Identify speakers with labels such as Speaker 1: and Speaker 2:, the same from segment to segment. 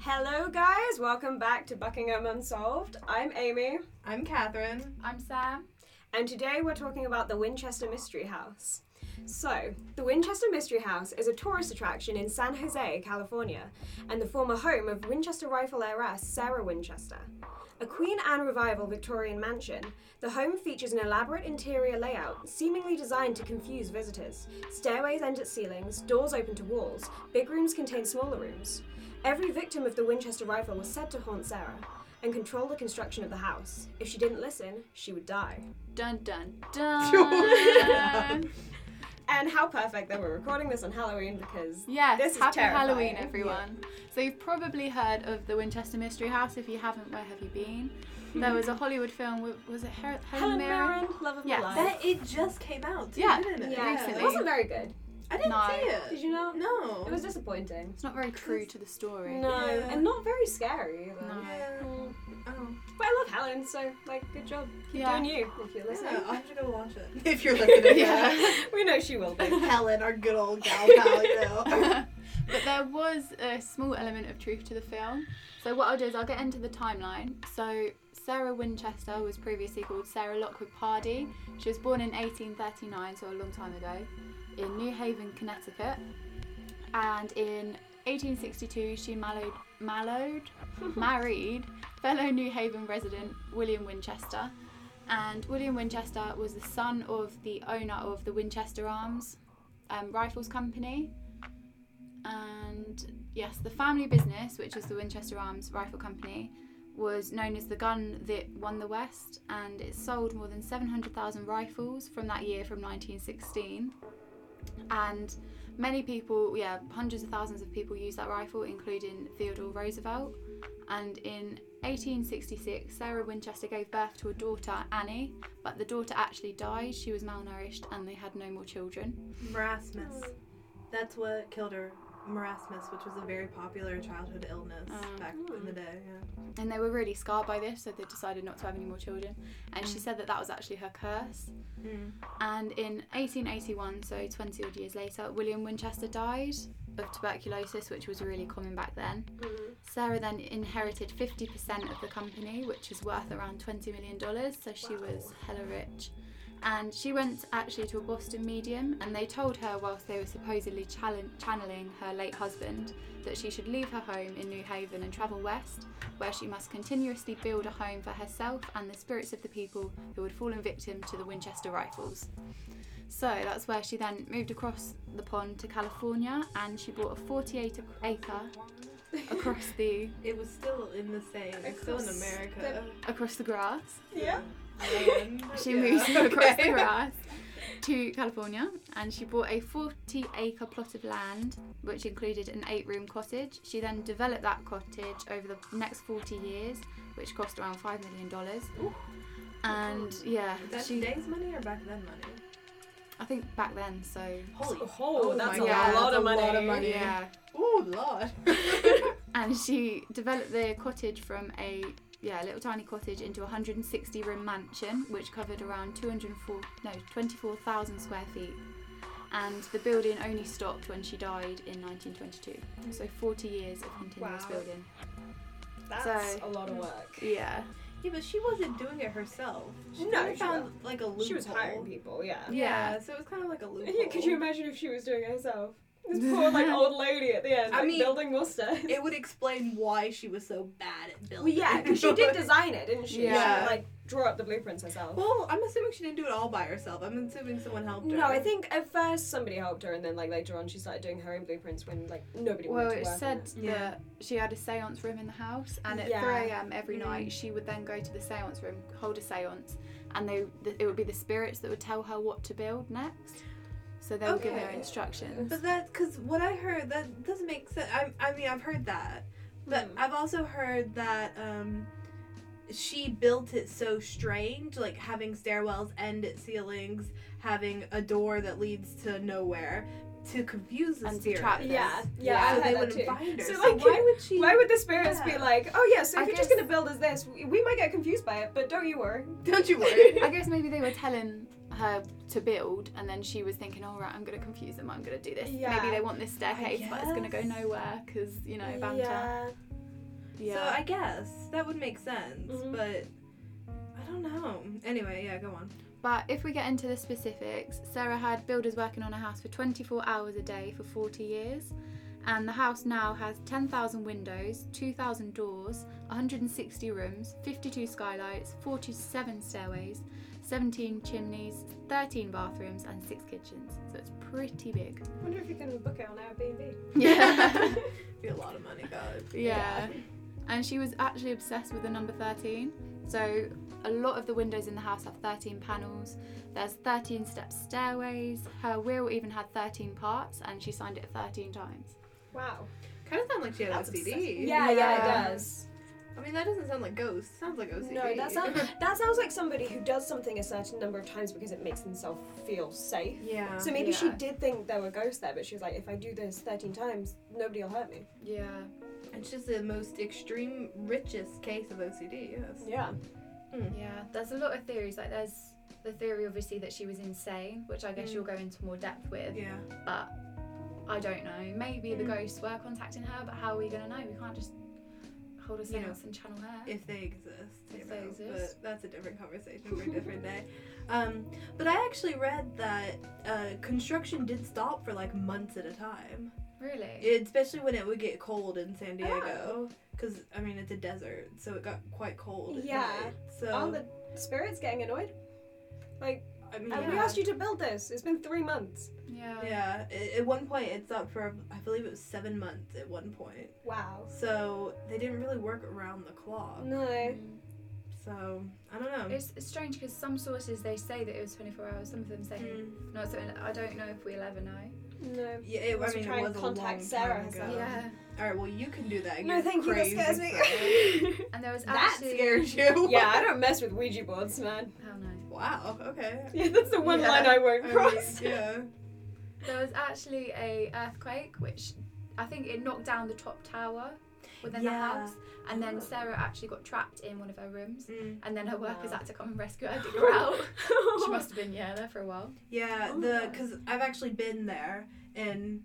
Speaker 1: Hello, guys. Welcome back to Buckingham Unsolved. I'm Amy,
Speaker 2: I'm Catherine.
Speaker 3: I'm Sam.
Speaker 1: and today we're talking about the Winchester Mystery House. So, the Winchester Mystery House is a tourist attraction in San Jose, California, and the former home of Winchester rifle heiress Sarah Winchester. A Queen Anne revival Victorian mansion, the home features an elaborate interior layout seemingly designed to confuse visitors. Stairways end at ceilings, doors open to walls, big rooms contain smaller rooms. Every victim of the Winchester rifle was said to haunt Sarah and control the construction of the house. If she didn't listen, she would die.
Speaker 3: Dun dun dun.
Speaker 1: And how perfect that we're recording this on Halloween because
Speaker 3: yes,
Speaker 1: This is
Speaker 3: happy
Speaker 1: terrifying.
Speaker 3: Halloween,
Speaker 1: Yeah.
Speaker 3: everyone. So you've probably heard of the Winchester Mystery House. If you haven't, where have you been? There was a Hollywood film. w- Was it Her-
Speaker 1: Helen Mirren, love of
Speaker 3: Yeah.
Speaker 1: my life.
Speaker 2: That it just came out,
Speaker 3: Yeah.
Speaker 2: didn't it?
Speaker 1: Yeah.
Speaker 3: Recently.
Speaker 1: It wasn't very good.
Speaker 2: I didn't
Speaker 3: No.
Speaker 2: see it.
Speaker 1: Did you not?
Speaker 2: No.
Speaker 1: It was disappointing.
Speaker 3: It's not very true to the story.
Speaker 1: No,
Speaker 2: Yeah.
Speaker 1: and not very scary either.
Speaker 3: No.
Speaker 2: Yeah.
Speaker 1: Mm.
Speaker 2: Oh.
Speaker 1: But I love Helen, so like, good job. Keep
Speaker 3: Yeah.
Speaker 1: doing you if you're listening.
Speaker 2: Yeah, I'll have to go watch it. If you're listening.
Speaker 3: Yeah.
Speaker 1: we know she will be.
Speaker 2: Helen, our good old gal pal, you know.
Speaker 3: but there was a small element of truth to the film. So what I'll do is I'll get into the timeline. So Sarah Winchester was previously called Sarah Lockwood Pardee. She was born in 1839, so a long time ago, in New Haven, Connecticut. And in 1862, she mallowed, mallowed, married fellow New Haven resident William Winchester. And William Winchester was the son of the owner of the Winchester Arms um, Rifles Company. And yes, the family business, which is the Winchester Arms Rifle Company, was known as the gun that won the West, and it sold more than 700,000 rifles from that year, from 1916. And many people, yeah, hundreds of thousands of people used that rifle, including Theodore Roosevelt. And in 1866, Sarah Winchester gave birth to a daughter, Annie, but the daughter actually died. She was malnourished and they had no more children.
Speaker 2: Marasmus. That's what killed her. Marasmus, which was a very popular childhood illness
Speaker 3: Um,
Speaker 2: back in the day. Yeah.
Speaker 3: and they were really scarred by this, so they decided not to have any more children. And she said that that was actually her curse.
Speaker 2: Mm.
Speaker 3: And in 1881, so 20 odd years later, William Winchester died of tuberculosis, which was really common back then. Sarah then inherited 50% of the company, which was worth around $20 million, so she was hella rich. And she went actually to a Boston medium, and they told her, whilst they were supposedly challen- channeling her late husband, that she should leave her home in New Haven and travel west, where she must continuously build a home for herself and the spirits of the people who had fallen victim to the Winchester rifles. So that's where she then moved across the pond to California and she bought a 48 acre
Speaker 1: Mm-hmm.
Speaker 3: across the
Speaker 2: It was still in the same. It's still in
Speaker 1: Across the-
Speaker 2: America.
Speaker 3: across the grass.
Speaker 1: Yeah.
Speaker 2: Land.
Speaker 3: She
Speaker 2: Yeah.
Speaker 3: moved across the
Speaker 2: Okay.
Speaker 3: grass to California and she bought a 40 acre plot of land which included an 8 room cottage. She then developed that cottage over the next 40 years which cost around 5 million dollars.
Speaker 2: Ooh.
Speaker 3: And yeah,
Speaker 2: Is that
Speaker 3: she
Speaker 2: today's money or back then money?
Speaker 3: I think back then so
Speaker 2: Holy
Speaker 1: Oh,
Speaker 2: Oh
Speaker 1: that's
Speaker 2: my
Speaker 1: a,
Speaker 2: God,
Speaker 1: lot
Speaker 2: that's
Speaker 1: of
Speaker 2: a
Speaker 1: money.
Speaker 2: lot of money.
Speaker 3: yeah.
Speaker 2: Oh lord.
Speaker 3: and she developed the cottage from a yeah little tiny cottage into a 160 room mansion which covered around 204 no 24,000 square feet and the building only stopped when she died in 1922 so 40 years of continuous
Speaker 1: Wow.
Speaker 3: building
Speaker 1: That's
Speaker 3: So-
Speaker 1: a lot of work.
Speaker 3: yeah
Speaker 2: yeah, but she wasn't doing it herself. She
Speaker 1: No,
Speaker 2: kinda
Speaker 1: she
Speaker 2: found like a loophole.
Speaker 1: She was hiring people, yeah.
Speaker 2: Yeah,
Speaker 3: Yeah.
Speaker 2: so it was kind of like a loophole.
Speaker 1: Yeah, could you imagine if she was doing it herself? This poor like old lady at the end,
Speaker 2: I
Speaker 1: like,
Speaker 2: mean,
Speaker 1: building musters.
Speaker 2: It would explain why she was so bad at
Speaker 1: well,
Speaker 2: building.
Speaker 1: yeah, because she did design it, didn't she?
Speaker 2: Yeah.
Speaker 1: She like drew up the blueprints herself.
Speaker 2: Well, I'm assuming she didn't do it all by herself. I'm assuming someone helped her.
Speaker 1: No, I think at first somebody helped her, and then like later on she started doing her own blueprints when like nobody
Speaker 3: well
Speaker 1: wanted to
Speaker 3: it
Speaker 1: work on
Speaker 3: said
Speaker 1: it.
Speaker 2: Yeah.
Speaker 3: that she had a seance room in the house and at
Speaker 1: Yeah.
Speaker 3: 3am every
Speaker 2: Mm.
Speaker 3: night she would then go to the seance room hold a seance and they th- it would be the spirits that would tell her what to build next so they would give her
Speaker 2: Okay.
Speaker 3: instructions
Speaker 2: But that, because what I heard, that doesn't make sense. I, I mean, I've heard that. But
Speaker 1: Hmm.
Speaker 2: I've also heard that um, she built it so strange, like having stairwells end at ceilings, having a door that leads to nowhere, to confuse the
Speaker 3: And to
Speaker 2: spirits.
Speaker 3: trap them.
Speaker 1: Yeah, yeah,
Speaker 3: Yeah.
Speaker 1: I've
Speaker 2: so
Speaker 1: heard
Speaker 2: they
Speaker 1: that
Speaker 2: wouldn't
Speaker 1: too.
Speaker 2: find her.
Speaker 1: So,
Speaker 2: So,
Speaker 1: like,
Speaker 2: why would she?
Speaker 1: Why would the spirits be
Speaker 2: Yeah.
Speaker 1: like, oh yeah, so if
Speaker 3: I
Speaker 1: you're just
Speaker 3: guess-
Speaker 1: gonna build us this, we- we might get confused by it, but don't you worry.
Speaker 2: Don't you worry.
Speaker 3: I guess maybe they were telling her to build, and then she was thinking, all right, I'm going to confuse them, I'm going to do this.
Speaker 1: Yeah.
Speaker 3: Maybe they want this staircase, but it's going to go
Speaker 2: guess.
Speaker 3: nowhere because, you know, banter.
Speaker 1: Yeah.
Speaker 3: Yeah.
Speaker 2: So I guess that would make sense,
Speaker 1: Mhm.
Speaker 2: but I don't know. Anyway, yeah, go on.
Speaker 3: But if we get into the specifics, Sarah had builders working on her house for 24 hours a day for 40 years, and the house now has 10,000 windows, 2,000 doors, 160 rooms, 52 skylights, 47 stairways, 17 chimneys, 13 bathrooms, and 6 kitchens. So it's pretty big.
Speaker 1: I wonder if you can book it on Airbnb.
Speaker 3: Yeah.
Speaker 2: Be a lot of money, God.
Speaker 3: yeah. And she was actually obsessed with the number 13. So a lot of the windows in the house have 13 panels. There's 13 step stairways. Her will even had 13 parts and she signed it 13 times.
Speaker 1: Wow.
Speaker 2: Kind of sound like she had
Speaker 1: That's
Speaker 2: OCD.
Speaker 1: obsessive. Yeah, yeah,
Speaker 3: Yeah.
Speaker 1: it does.
Speaker 2: I mean, that doesn't sound like ghosts. Sounds like OCD.
Speaker 1: No, that sounds that sounds like somebody who does something a certain number of times because it makes themselves feel safe.
Speaker 2: Uh, yeah.
Speaker 1: So maybe she
Speaker 3: Yeah.
Speaker 1: did think there were ghosts there, but she was like, if I do this 13 times, nobody will hurt me.
Speaker 3: Yeah.
Speaker 2: It's just the most extreme, richest case of OCD. Yes. Hmm.
Speaker 1: Yeah.
Speaker 4: Yeah, there's a lot of theories. Like there's the theory obviously that she was insane, which I guess
Speaker 2: Mm.
Speaker 4: you'll go into more depth with.
Speaker 2: Yeah.
Speaker 4: But I don't know. Maybe the
Speaker 2: Mm.
Speaker 4: ghosts were contacting her, but how are we gonna know? We can't just hold a
Speaker 2: You know,
Speaker 4: seance and channel her.
Speaker 2: If they exist. you
Speaker 4: If they
Speaker 2: know,
Speaker 4: exist.
Speaker 2: But that's a different conversation for a different day. Um, but I actually read that uh, construction did stop for like months at a time,
Speaker 4: really?
Speaker 2: It- especially when it would get cold in San
Speaker 1: Ah.
Speaker 2: Diego. Because I mean, it's a desert, so it got quite cold. at
Speaker 1: Yeah.
Speaker 2: night. So
Speaker 1: Aren't the spirits getting annoyed?
Speaker 2: I mean,
Speaker 1: And we
Speaker 2: yeah.
Speaker 1: asked you um, to build this. It's been three months.
Speaker 3: Yeah.
Speaker 2: Yeah, a- at one point it stopped for I believe it was seven months at one point.
Speaker 1: Wow.
Speaker 2: So they didn't really work around the clock.
Speaker 1: No.
Speaker 3: Mm.
Speaker 2: So I don't know.
Speaker 4: It's, it's strange because some sources they say that it was 24 hours. Some of them say
Speaker 2: Mm.
Speaker 4: no. So I don't know if we'll ever know.
Speaker 1: No.
Speaker 2: Yeah, it, I
Speaker 1: Also
Speaker 2: mean,
Speaker 1: try
Speaker 2: it
Speaker 1: and
Speaker 2: was
Speaker 1: contact
Speaker 2: a long
Speaker 1: Sarah
Speaker 2: time
Speaker 1: herself.
Speaker 2: ago.
Speaker 4: Yeah.
Speaker 2: All right. Well, you can do that.
Speaker 1: No, thank you. That
Speaker 2: crazy
Speaker 1: scares
Speaker 2: Sarah.
Speaker 1: me.
Speaker 4: And there was
Speaker 2: that
Speaker 4: actually
Speaker 2: scares you.
Speaker 1: yeah, I don't mess with Ouija boards, man.
Speaker 4: Oh no.
Speaker 2: Wow. Okay.
Speaker 1: Yeah, that's the one
Speaker 4: Yeah.
Speaker 1: line I won't
Speaker 2: I mean,
Speaker 1: cross.
Speaker 2: yeah.
Speaker 4: There was actually a earthquake, which I think it knocked down the top tower within the
Speaker 2: Yeah.
Speaker 4: house, and
Speaker 2: Oh.
Speaker 4: then Sarah actually got trapped in one of her rooms,
Speaker 2: Mm.
Speaker 4: and then her workers
Speaker 1: Wow.
Speaker 4: had to come and rescue her, dig her out. she must have been yeah there for a while.
Speaker 2: Yeah.
Speaker 1: Oh,
Speaker 2: the
Speaker 1: yeah.
Speaker 2: because I've actually been there and.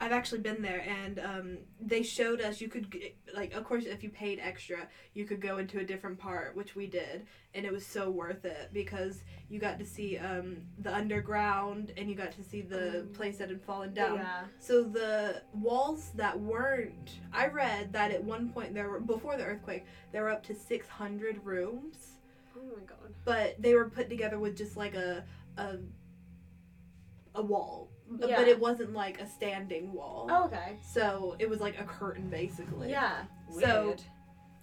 Speaker 2: I've actually been there, and um, they showed us you could g- like, of course, if you paid extra, you could go into a different part, which we did, and it was so worth it because you got to see um, the underground and you got to see
Speaker 1: Oh.
Speaker 2: the place that had fallen down.
Speaker 1: Yeah.
Speaker 2: So the walls that weren't, I read that at one point there were before the earthquake, there were up to six hundred rooms
Speaker 1: Oh my god.
Speaker 2: but they were put together with just like a a, a wall B-
Speaker 1: Yeah.
Speaker 2: but it wasn't like a standing wall
Speaker 1: Oh, okay.
Speaker 2: so it was like a curtain basically
Speaker 1: Yeah.
Speaker 2: So-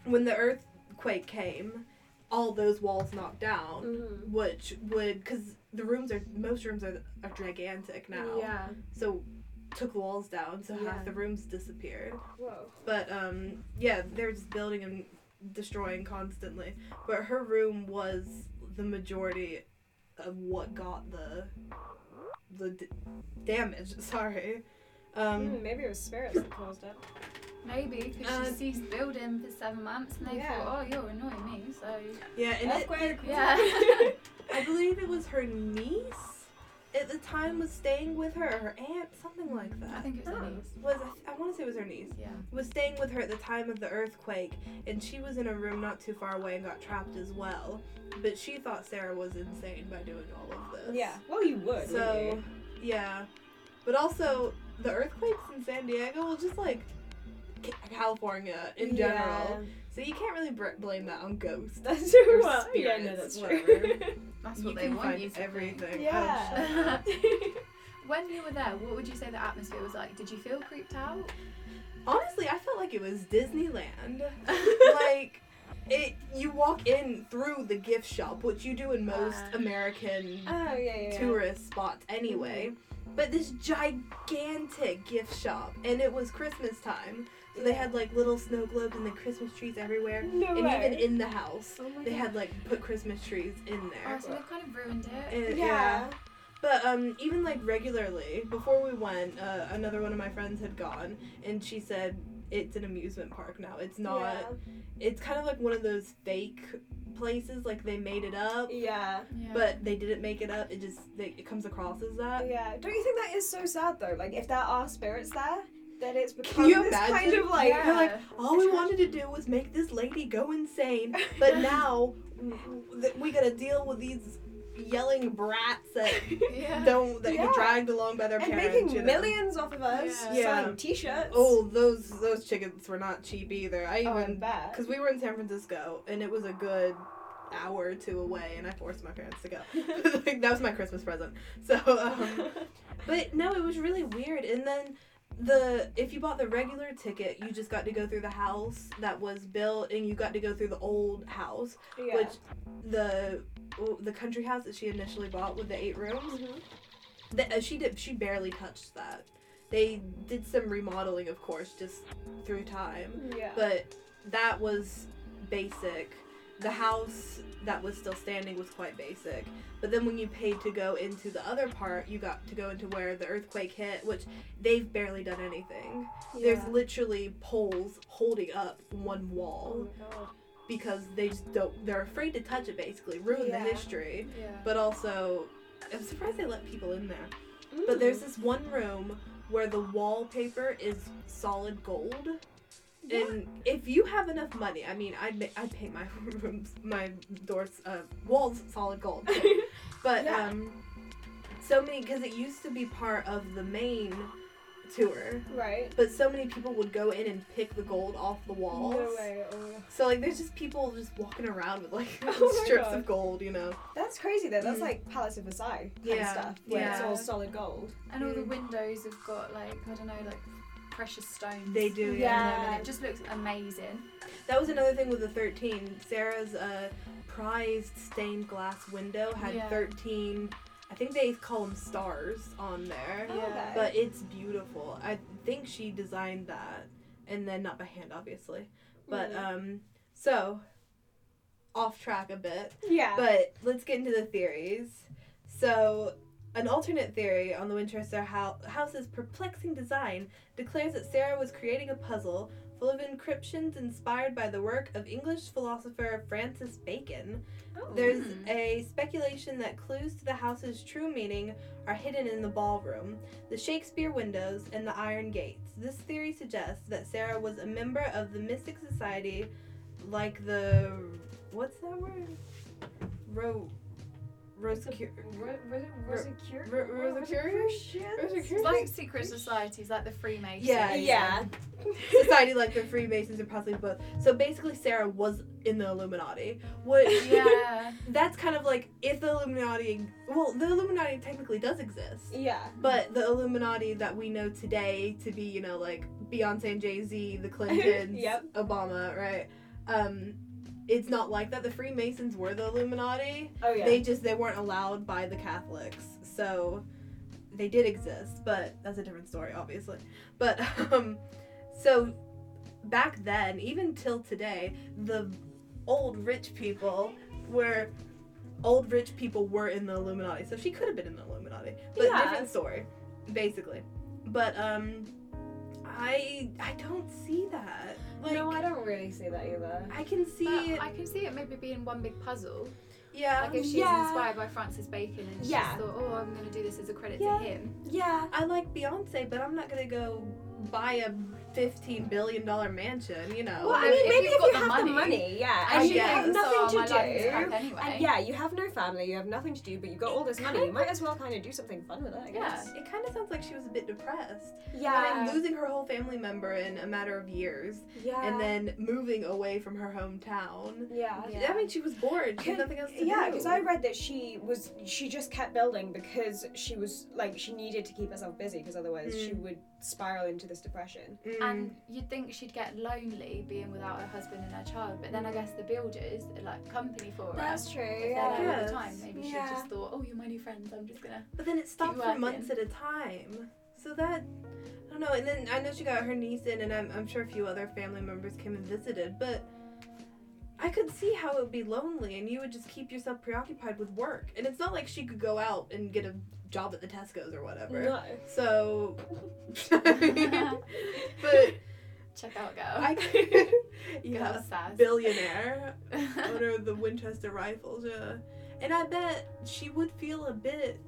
Speaker 2: when the earthquake came all those walls knocked down
Speaker 1: Mhm.
Speaker 2: which would because the rooms are most rooms are, are gigantic now
Speaker 1: Yeah.
Speaker 2: so took walls down so
Speaker 1: Yeah.
Speaker 2: half the rooms disappeared
Speaker 1: Whoa.
Speaker 2: But um, yeah, they were just building and destroying constantly. But her room was the majority of what got the the d- damage. Sorry. Um,
Speaker 1: Hmm, maybe it was spirits that caused it.
Speaker 3: Maybe because
Speaker 2: Uh,
Speaker 3: she ceased building for seven months and they
Speaker 1: Yeah.
Speaker 3: thought, oh, you're annoying me. So
Speaker 2: yeah, and it,
Speaker 1: Earthquake.
Speaker 3: yeah.
Speaker 2: I believe it was her niece at the time was staying with her, or her aunt, something like that.
Speaker 3: I think it was
Speaker 1: Oh.
Speaker 3: her niece.
Speaker 2: was I, I want to say it was her niece.
Speaker 3: Yeah.
Speaker 2: was staying with her at the time of the earthquake, and she was in a room not too far away and got trapped as well. But she thought Sarah was insane by doing all of this.
Speaker 1: Yeah. Well, you would. wouldn't
Speaker 2: So, yeah. But also, the earthquakes in San Diego, well, just like Ca- California
Speaker 1: you?
Speaker 2: in general. So you can't really br- blame that on ghosts.
Speaker 1: That's true.
Speaker 2: Or
Speaker 1: Well, yeah, no,
Speaker 2: spirits,
Speaker 1: that's true.
Speaker 2: whatever.
Speaker 3: That's
Speaker 2: you can
Speaker 3: what they want
Speaker 2: find
Speaker 3: you to think.
Speaker 2: everything.
Speaker 1: Yeah.
Speaker 2: Oh, shut up.
Speaker 3: When you were there, what would you say the atmosphere was like? Did you feel creeped out?
Speaker 2: Honestly, I felt like it was Disneyland. like it you walk in through the gift shop, which you do in most
Speaker 3: Uh.
Speaker 2: American
Speaker 1: oh yeah, yeah. Mm-hmm. yeah.
Speaker 2: tourist spots anyway. But this gigantic gift shop and it was Christmas time. So they
Speaker 1: Yeah.
Speaker 2: had like little snow globes and the Christmas trees everywhere.
Speaker 1: No
Speaker 2: and
Speaker 1: way.
Speaker 2: even in the house.
Speaker 1: Oh my
Speaker 2: They
Speaker 1: God.
Speaker 2: had like put Christmas trees in there.
Speaker 3: Oh, so they've kind of ruined it.
Speaker 2: And-
Speaker 1: yeah.
Speaker 2: but um, even like regularly, before we went, uh, another one of my friends had gone, and she said it's an amusement park now. It's not. It's kind of like one of those fake places, like they made it up,
Speaker 1: Yeah.
Speaker 3: Yeah.
Speaker 2: but they didn't make it up. It just they, it comes across as
Speaker 1: Yeah.
Speaker 2: that.
Speaker 1: yeah. Don't you think that is so sad though? Like, if there are spirits there, that it's become
Speaker 2: Can you
Speaker 1: this
Speaker 2: imagine?
Speaker 1: kind of like
Speaker 4: Yeah.
Speaker 2: You're like, all we wanted to do was make this lady go insane, but now w- w- th- we gotta deal with these yelling brats that
Speaker 4: yeah.
Speaker 2: don't that
Speaker 1: Yeah.
Speaker 2: get dragged along by their
Speaker 1: and
Speaker 2: parents.
Speaker 1: making
Speaker 2: you know?
Speaker 1: millions off of us
Speaker 4: Yeah.
Speaker 2: Yeah.
Speaker 1: selling t-shirts.
Speaker 2: Oh, those those chickens were not cheap either. I
Speaker 1: Oh, I
Speaker 2: even
Speaker 1: bet.
Speaker 2: because we were in San Francisco and it was a good hour or two away, and I forced my parents to go. like, that was my Christmas present. So, um, but no, it was really weird. And then the if you bought the regular ticket, you just got to go through the house that was built, and you got to go through the old house,
Speaker 1: yeah.
Speaker 2: which the the country house that she initially bought with the eight rooms.
Speaker 1: Mhm.
Speaker 2: The, uh, she did. She barely touched that. They did some remodeling, of course, just through time.
Speaker 1: yeah.
Speaker 2: But that was basic. The house that was still standing was quite basic. But then when you paid to go into the other part, you got to go into where the earthquake hit, which they've barely done anything. There's
Speaker 1: Yeah.
Speaker 2: literally poles holding up one
Speaker 1: Oh
Speaker 2: wall
Speaker 1: my god.
Speaker 2: because they just don't. They're afraid to touch it. Basically, ruin
Speaker 1: Yeah.
Speaker 2: the history.
Speaker 4: Yeah.
Speaker 2: But also, I'm surprised they let people in there. But there's this one room where the wallpaper is solid gold. And if you have enough money, I mean, I'd, ma- I'd paint my rooms, my doors, uh, walls solid gold. too. but,
Speaker 1: Yeah.
Speaker 2: um, so many, because it used to be part of the main tour,
Speaker 1: right.
Speaker 2: but so many people would go in and pick the gold off the walls.
Speaker 1: No way. Oh.
Speaker 2: So, like, there's just people just walking around with, like,
Speaker 1: Oh my
Speaker 2: strips
Speaker 1: God.
Speaker 2: of gold, you know?
Speaker 1: That's crazy though. That's
Speaker 2: Mm.
Speaker 1: like Palace of Versailles kind of
Speaker 2: Yeah.
Speaker 1: stuff. Where it's
Speaker 4: Yeah.
Speaker 1: all solid gold.
Speaker 4: And all the
Speaker 2: Mm.
Speaker 4: windows have got like I don't know like precious stones.
Speaker 2: They do,
Speaker 4: in them,
Speaker 2: yeah.
Speaker 1: Yeah.
Speaker 4: And it just looks amazing.
Speaker 2: That was another thing with the 13. Sarah's uh, prized stained glass window had
Speaker 4: Yeah.
Speaker 2: 13, I think they call them stars on there.
Speaker 4: Yeah.
Speaker 1: Oh, Okay.
Speaker 2: But it's beautiful. I think she designed that. And then, not by hand, obviously. But,
Speaker 1: Mm.
Speaker 2: um, so, off track a bit.
Speaker 1: yeah.
Speaker 2: But let's get into the theories. So, an alternate theory on the Winchester Hou- House's perplexing design declares that Sarah was creating a puzzle full of encryptions inspired by the work of English philosopher Francis Bacon.
Speaker 1: Oh.
Speaker 2: There's
Speaker 3: Hmm.
Speaker 2: a speculation that clues to the house's true meaning are hidden in the ballroom, the Shakespeare windows, and the iron gates. This theory suggests that Sarah was a member of the Mystic Society, like the. What's that word? Ro. Rosicru-
Speaker 1: Ro- Ro- Rosicru-
Speaker 2: Ro- Rosicrucians?
Speaker 4: It's like secret societies, like the Freemasons.
Speaker 2: Yeah,
Speaker 1: Yeah.
Speaker 2: Society like the Freemasons or possibly both. So basically, Sarah was in the Illuminati. What?
Speaker 4: yeah.
Speaker 2: That's kind of like if the Illuminati. Well, the Illuminati technically does exist.
Speaker 1: yeah.
Speaker 2: But the Illuminati that we know today to be, you know, like Beyonce and Jay Z, the Clintons,
Speaker 1: Yep.
Speaker 2: Obama, right? Um, it's not like that. The Freemasons were the Illuminati.
Speaker 1: Oh yeah.
Speaker 2: They just they weren't allowed by the Catholics, so they did exist. But that's a different story, obviously. But um, so back then, even till today, the old rich people were old rich people were in the Illuminati. So she could have been in the Illuminati, but
Speaker 1: Yeah.
Speaker 2: different story, basically. But um, I I don't see that. Like
Speaker 1: no, I don't really see that either.
Speaker 2: I can see
Speaker 4: But
Speaker 2: it.
Speaker 4: I can see it maybe being one big puzzle.
Speaker 2: yeah.
Speaker 4: Like if she's
Speaker 1: yeah.
Speaker 4: inspired by Francis Bacon and she
Speaker 1: Yeah.
Speaker 4: just thought, oh, I'm going to do this as a credit
Speaker 2: Yeah.
Speaker 4: to him.
Speaker 1: Yeah.
Speaker 2: I like Beyonce, but I'm not gonna go buy a fifteen billion dollar mansion, you know.
Speaker 1: Well, I
Speaker 4: if-
Speaker 1: mean,
Speaker 4: if
Speaker 1: maybe
Speaker 4: you've
Speaker 1: if
Speaker 4: got
Speaker 1: you
Speaker 4: the
Speaker 1: have the
Speaker 4: money,
Speaker 1: money, yeah,
Speaker 2: I
Speaker 1: and you
Speaker 2: guess. Oh,
Speaker 1: have
Speaker 2: So
Speaker 1: nothing
Speaker 4: "Oh, my
Speaker 1: to do,
Speaker 4: life is crap anyway.
Speaker 1: and yeah, you have no family, you have nothing to do, but you got all this money. You might as well kind of do something fun with it, I
Speaker 4: Yeah.
Speaker 1: guess.
Speaker 2: it kind of sounds like she was a bit depressed.
Speaker 1: Yeah,
Speaker 2: I mean, losing her whole family member in a matter of years,
Speaker 1: yeah,
Speaker 2: and then moving away from her hometown.
Speaker 1: yeah.
Speaker 4: Yeah.
Speaker 2: I mean, she was bored. She had nothing else to
Speaker 1: Yeah,
Speaker 2: do.
Speaker 1: because I read that she was she just kept building because she was like she needed to keep herself busy because otherwise
Speaker 2: Mm.
Speaker 1: she would spiral into this depression.
Speaker 2: Mm.
Speaker 4: And you'd think she'd get lonely being without her husband and her child, but then I guess the builders are like company for her.
Speaker 1: true.
Speaker 4: If they're there all
Speaker 2: Yes.
Speaker 4: the time. Maybe
Speaker 1: Yeah.
Speaker 4: she just thought, oh, you're my new friends. I'm just gonna.
Speaker 2: But then it stopped for
Speaker 4: working.
Speaker 2: months at a time. So that I don't know. And then I know she got her niece in, and I'm, I'm sure a few other family members came and visited. But I could see how it would be lonely, and you would just keep yourself preoccupied with work. And it's not like she could go out and get a job at the Tesco's or whatever.
Speaker 1: No.
Speaker 2: So, but
Speaker 4: Check out, girl.
Speaker 2: I
Speaker 4: Girl
Speaker 2: yeah
Speaker 4: sass.
Speaker 2: billionaire owner of the Winchester rifles, yeah. And I bet she would feel a bit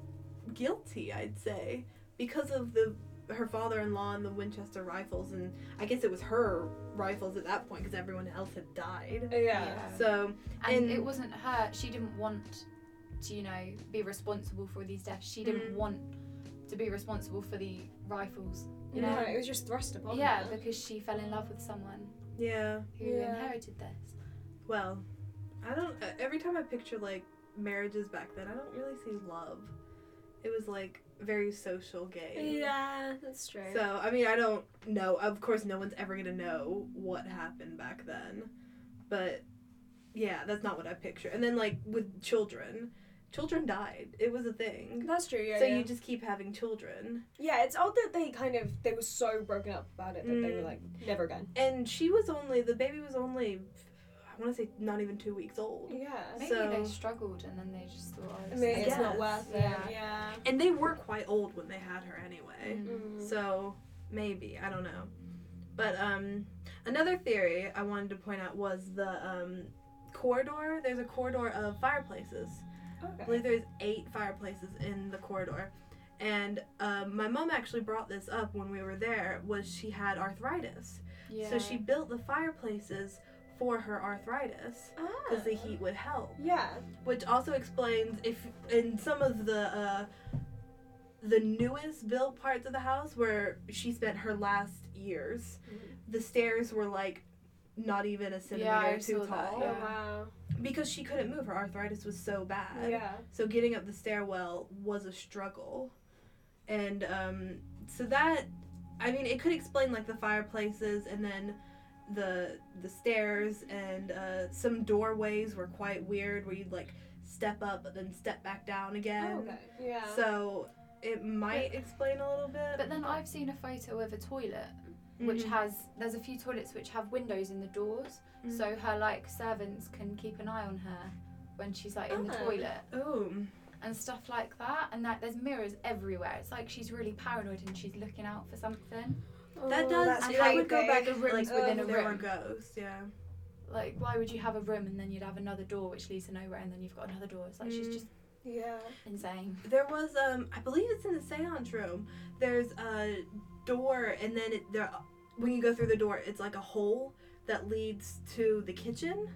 Speaker 2: guilty, I'd say, because of the her father-in-law and the Winchester rifles, and I guess it was her rifles at that point because everyone else had died.
Speaker 1: Yeah.
Speaker 2: So
Speaker 4: and,
Speaker 2: And-
Speaker 4: it wasn't her. She didn't want to, you know, be responsible for these deaths. She didn't
Speaker 2: Mm.
Speaker 4: want to be responsible for the rifles. You
Speaker 1: No,
Speaker 4: know.
Speaker 1: it was just thrust upon
Speaker 4: yeah,
Speaker 1: her.
Speaker 4: because she fell in love with someone
Speaker 2: yeah,
Speaker 4: who
Speaker 1: Yeah.
Speaker 4: inherited this.
Speaker 2: well, I don't. uh, Every time I picture like marriages back then, I don't really see love. It was like very social gay.
Speaker 1: Yeah, that's true.
Speaker 2: So I mean, I don't know. Of course, no one's ever gonna know what happened back then, but yeah, that's not what I picture. And then like with children, children died. It was a thing.
Speaker 1: that's true. Yeah.
Speaker 2: so
Speaker 1: yeah.
Speaker 2: you just keep having children.
Speaker 1: Yeah, it's odd that they kind of they were so broken up about it that they were
Speaker 2: Mm.
Speaker 1: like never again.
Speaker 2: And she was only the baby was only, I want to say not even two weeks old.
Speaker 1: Yeah.
Speaker 4: Maybe
Speaker 2: So-
Speaker 4: they struggled and then they just thought, oh,
Speaker 1: I
Speaker 4: this
Speaker 1: mean,
Speaker 4: is
Speaker 1: it's not
Speaker 2: guess,
Speaker 1: worth
Speaker 4: yeah.
Speaker 1: it. Yeah.
Speaker 2: And they were quite old when they had her anyway.
Speaker 4: Mm.
Speaker 2: So maybe I don't know. But um, another theory I wanted to point out was the um, corridor. There's a corridor of fireplaces. I
Speaker 1: Okay.
Speaker 2: believe there's eight fireplaces in the corridor. And um, my mom actually brought this up when we were there. Was she had arthritis,
Speaker 4: Yeah.
Speaker 2: so she built the fireplaces for her arthritis because the heat would help
Speaker 1: Yeah.
Speaker 2: which also explains if in some of the uh, the newest built parts of the house where she spent her last years, the stairs were like not even a centimeter
Speaker 3: Yeah, I
Speaker 2: too
Speaker 3: saw that,
Speaker 2: tall
Speaker 1: Oh
Speaker 3: Yeah.
Speaker 1: wow.
Speaker 2: because she couldn't move. Her arthritis was so bad,
Speaker 1: Yeah.
Speaker 2: so getting up the stairwell was a struggle, and um, so that I mean it could explain like the fireplaces and then the the stairs and uh, some doorways were quite weird where you'd like step up but then step back down again.
Speaker 1: Oh, okay. Yeah.
Speaker 2: So it might explain a little bit.
Speaker 4: But then I've seen a photo of a toilet
Speaker 2: Mhm.
Speaker 4: which has there's a few toilets which have windows in the doors,
Speaker 2: Mhm.
Speaker 4: so her like servants can keep an eye on her when she's like in the
Speaker 2: Ah.
Speaker 1: Oh.
Speaker 4: toilet.
Speaker 2: Ooh.
Speaker 4: and stuff like that and that there's mirrors everywhere it's like she's really paranoid and she's looking out for something
Speaker 2: Oh, that does
Speaker 1: Oh, That's
Speaker 4: and
Speaker 2: that would go
Speaker 1: creepy.
Speaker 2: back
Speaker 4: The
Speaker 2: if
Speaker 4: rooms
Speaker 2: like
Speaker 4: within
Speaker 2: if
Speaker 4: a
Speaker 2: there were
Speaker 4: room.
Speaker 2: ghosts, yeah.
Speaker 4: like why would you have a room and then you'd have another door which leads to nowhere and then you've got another door it's like she's
Speaker 2: Mm.
Speaker 4: just
Speaker 1: Yeah.
Speaker 4: insane
Speaker 2: There was um I believe it's in the seance room. There's a door and then it, there when you go through the door it's like a hole that leads to the kitchen.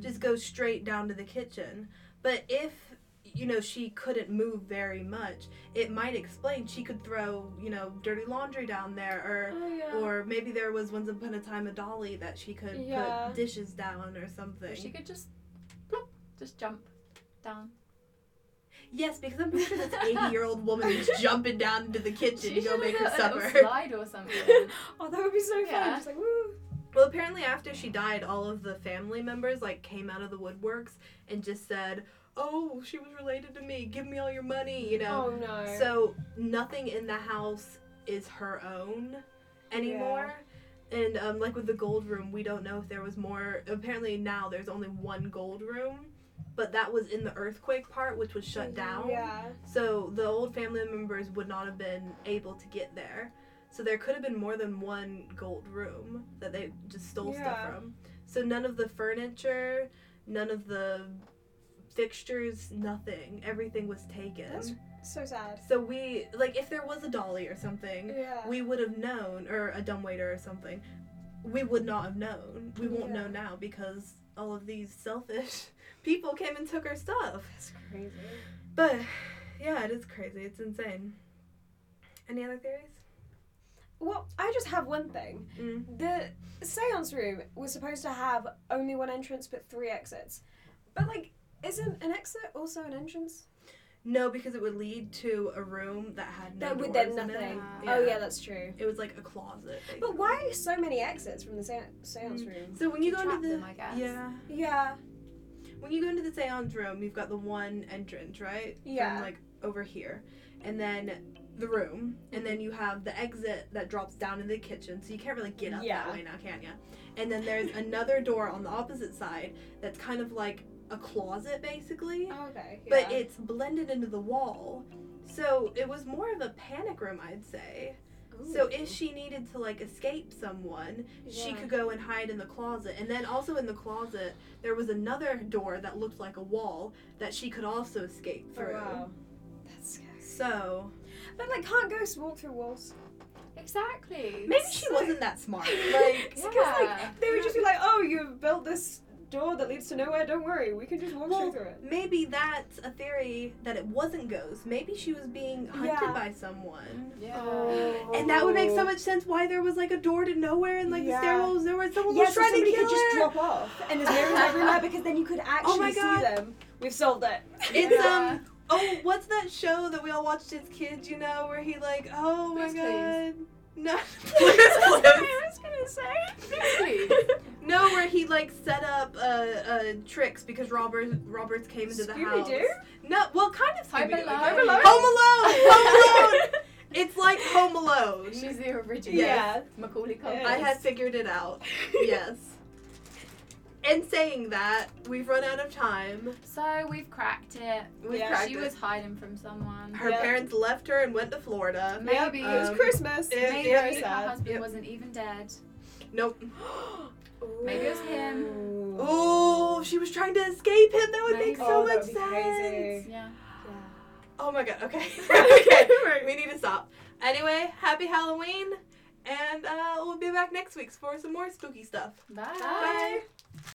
Speaker 2: Just goes straight down to the kitchen. But if you know she couldn't move very much, it might explain she could throw, you know, dirty laundry down there or
Speaker 1: Oh yeah.
Speaker 2: Or maybe there was once upon a time a dolly that she could
Speaker 1: Yeah.
Speaker 2: put dishes down or something.
Speaker 4: Or she could just plop, just jump down
Speaker 2: yes, because I'm pretty sure this 80 year old woman is jumping down into the kitchen to go
Speaker 4: should've
Speaker 2: make her
Speaker 4: got a little
Speaker 2: supper.
Speaker 4: slide or something
Speaker 1: oh, that would be so fun.
Speaker 4: Yeah.
Speaker 1: Just like woo.
Speaker 2: Well, apparently after she died, all of the family members like came out of the woodworks and just said, "Oh, she was related to me. Give me all your money," you know.
Speaker 1: Oh no.
Speaker 2: So nothing in the house is her own anymore. And um, like with the gold room, we don't know if there was more. Apparently now there's only one gold room, but that was in the earthquake part, which was shut down.
Speaker 1: Yeah.
Speaker 2: So the old family members would not have been able to get there. So there could have been more than one gold room that they just stole stuff
Speaker 1: Yeah.
Speaker 2: from. So none of the furniture, none of the fixtures, nothing. Everything was taken.
Speaker 1: That's So sad.
Speaker 2: So we like if there was a dolly or something,
Speaker 1: Yeah.
Speaker 2: we would have known, or a dumbwaiter or something. We would not have known. We won't
Speaker 1: Yeah.
Speaker 2: know now because all of these selfish people came and took our stuff.
Speaker 1: That's crazy.
Speaker 2: But yeah, it is crazy. It's insane. Any other theories?
Speaker 1: Well, I just have one thing.
Speaker 2: Mm.
Speaker 1: The seance room was supposed to have only one entrance but three exits. But, like, isn't an exit also an entrance?
Speaker 2: No, because it would lead to a room that had no
Speaker 1: That
Speaker 2: doors
Speaker 1: would then
Speaker 2: in it.
Speaker 1: nothing.
Speaker 3: Yeah.
Speaker 1: Oh, yeah, that's true.
Speaker 2: It was like a closet.
Speaker 1: But why so many exits from the seance, seance
Speaker 2: Mm.
Speaker 1: room?
Speaker 2: So when you
Speaker 4: To
Speaker 2: go into
Speaker 4: trap
Speaker 2: the
Speaker 4: them, I guess.
Speaker 2: yeah,
Speaker 1: Yeah.
Speaker 2: When you go into the seance room, you've got the one entrance, right?
Speaker 1: Yeah.
Speaker 2: From like over here. And then the room. And then you have the exit that drops down into the kitchen. So you can't really get up
Speaker 1: Yeah.
Speaker 2: that way now, can ya? And then there's another door on the opposite side that's kind of like a closet basically.
Speaker 1: Oh, okay. Yeah.
Speaker 2: But it's blended into the wall. So it was more of a panic room, I'd say. So if she needed to like escape someone, she
Speaker 1: Yeah.
Speaker 2: could go and hide in the closet. And then also in the closet, there was another door that looked like a wall that she could also escape
Speaker 1: Oh,
Speaker 2: through.
Speaker 1: wow. That's scary.
Speaker 2: So,
Speaker 1: But, like, can't ghosts walk through walls?
Speaker 4: Exactly.
Speaker 2: Maybe she wasn't that smart. Like,
Speaker 1: It's 'cause, like,
Speaker 4: Yeah.
Speaker 1: they would just be like, "Oh, you've built this door that leads to nowhere. Don't worry, we can just walk
Speaker 2: Well,
Speaker 1: straight through it."
Speaker 2: maybe that's a theory that it wasn't ghosts. Maybe she was being hunted
Speaker 1: Yeah.
Speaker 2: by someone.
Speaker 3: Yeah.
Speaker 2: Oh. And that would make so much sense why there was like a door to nowhere and like
Speaker 1: Oh. Yeah.
Speaker 2: the stairwell was nowhere. Someone
Speaker 1: Yeah,
Speaker 2: was
Speaker 1: so
Speaker 2: trying to
Speaker 1: somebody
Speaker 2: kill
Speaker 1: could just
Speaker 2: her.
Speaker 1: drop off, and there's mirrors everywhere because then you could actually
Speaker 2: my
Speaker 1: see
Speaker 2: God.
Speaker 1: them. Oh We've solved it.
Speaker 2: It's
Speaker 4: Yeah.
Speaker 2: um oh what's that show that we all watched as kids? You know where he like oh my
Speaker 4: Please,
Speaker 2: god
Speaker 4: please.
Speaker 2: no
Speaker 1: That's what I was gonna say.
Speaker 2: no where he like set up uh, uh tricks because Robert Roberts came into the house.
Speaker 1: Scooby-Doo?
Speaker 2: No, well kind of
Speaker 3: Home
Speaker 2: Scooby-Doo,
Speaker 3: Alone.
Speaker 2: like-
Speaker 1: Home Alone?
Speaker 2: Home Alone. Home
Speaker 1: Oh,
Speaker 2: Alone. It's like Home Alone.
Speaker 3: She's the original.
Speaker 1: Yeah.
Speaker 3: Macaulay Culkin.
Speaker 2: I had figured it out. Yes. And saying that, we've run out of time.
Speaker 3: So we've cracked it.
Speaker 2: We've
Speaker 1: Yeah,
Speaker 2: cracked
Speaker 3: She
Speaker 2: it.
Speaker 3: was hiding from someone.
Speaker 2: Her
Speaker 1: Yeah.
Speaker 2: parents left her and went to Florida.
Speaker 3: Maybe.
Speaker 1: Yep, it was
Speaker 2: Um,
Speaker 1: Christmas.
Speaker 2: it-
Speaker 3: Maybe
Speaker 2: yeah,
Speaker 3: her
Speaker 1: sad.
Speaker 3: husband
Speaker 2: Yep.
Speaker 3: wasn't even dead.
Speaker 2: Nope.
Speaker 3: Maybe it was him.
Speaker 2: Oh, she was trying to escape him. That would make
Speaker 3: Maybe.
Speaker 2: so
Speaker 1: Oh, that
Speaker 2: much
Speaker 1: would be
Speaker 2: sense.
Speaker 1: crazy.
Speaker 3: Yeah.
Speaker 2: Oh my god. Okay. okay. We need to stop. Anyway, happy Halloween, and uh, we'll be back next week for some more spooky stuff.
Speaker 3: Bye.
Speaker 2: Bye.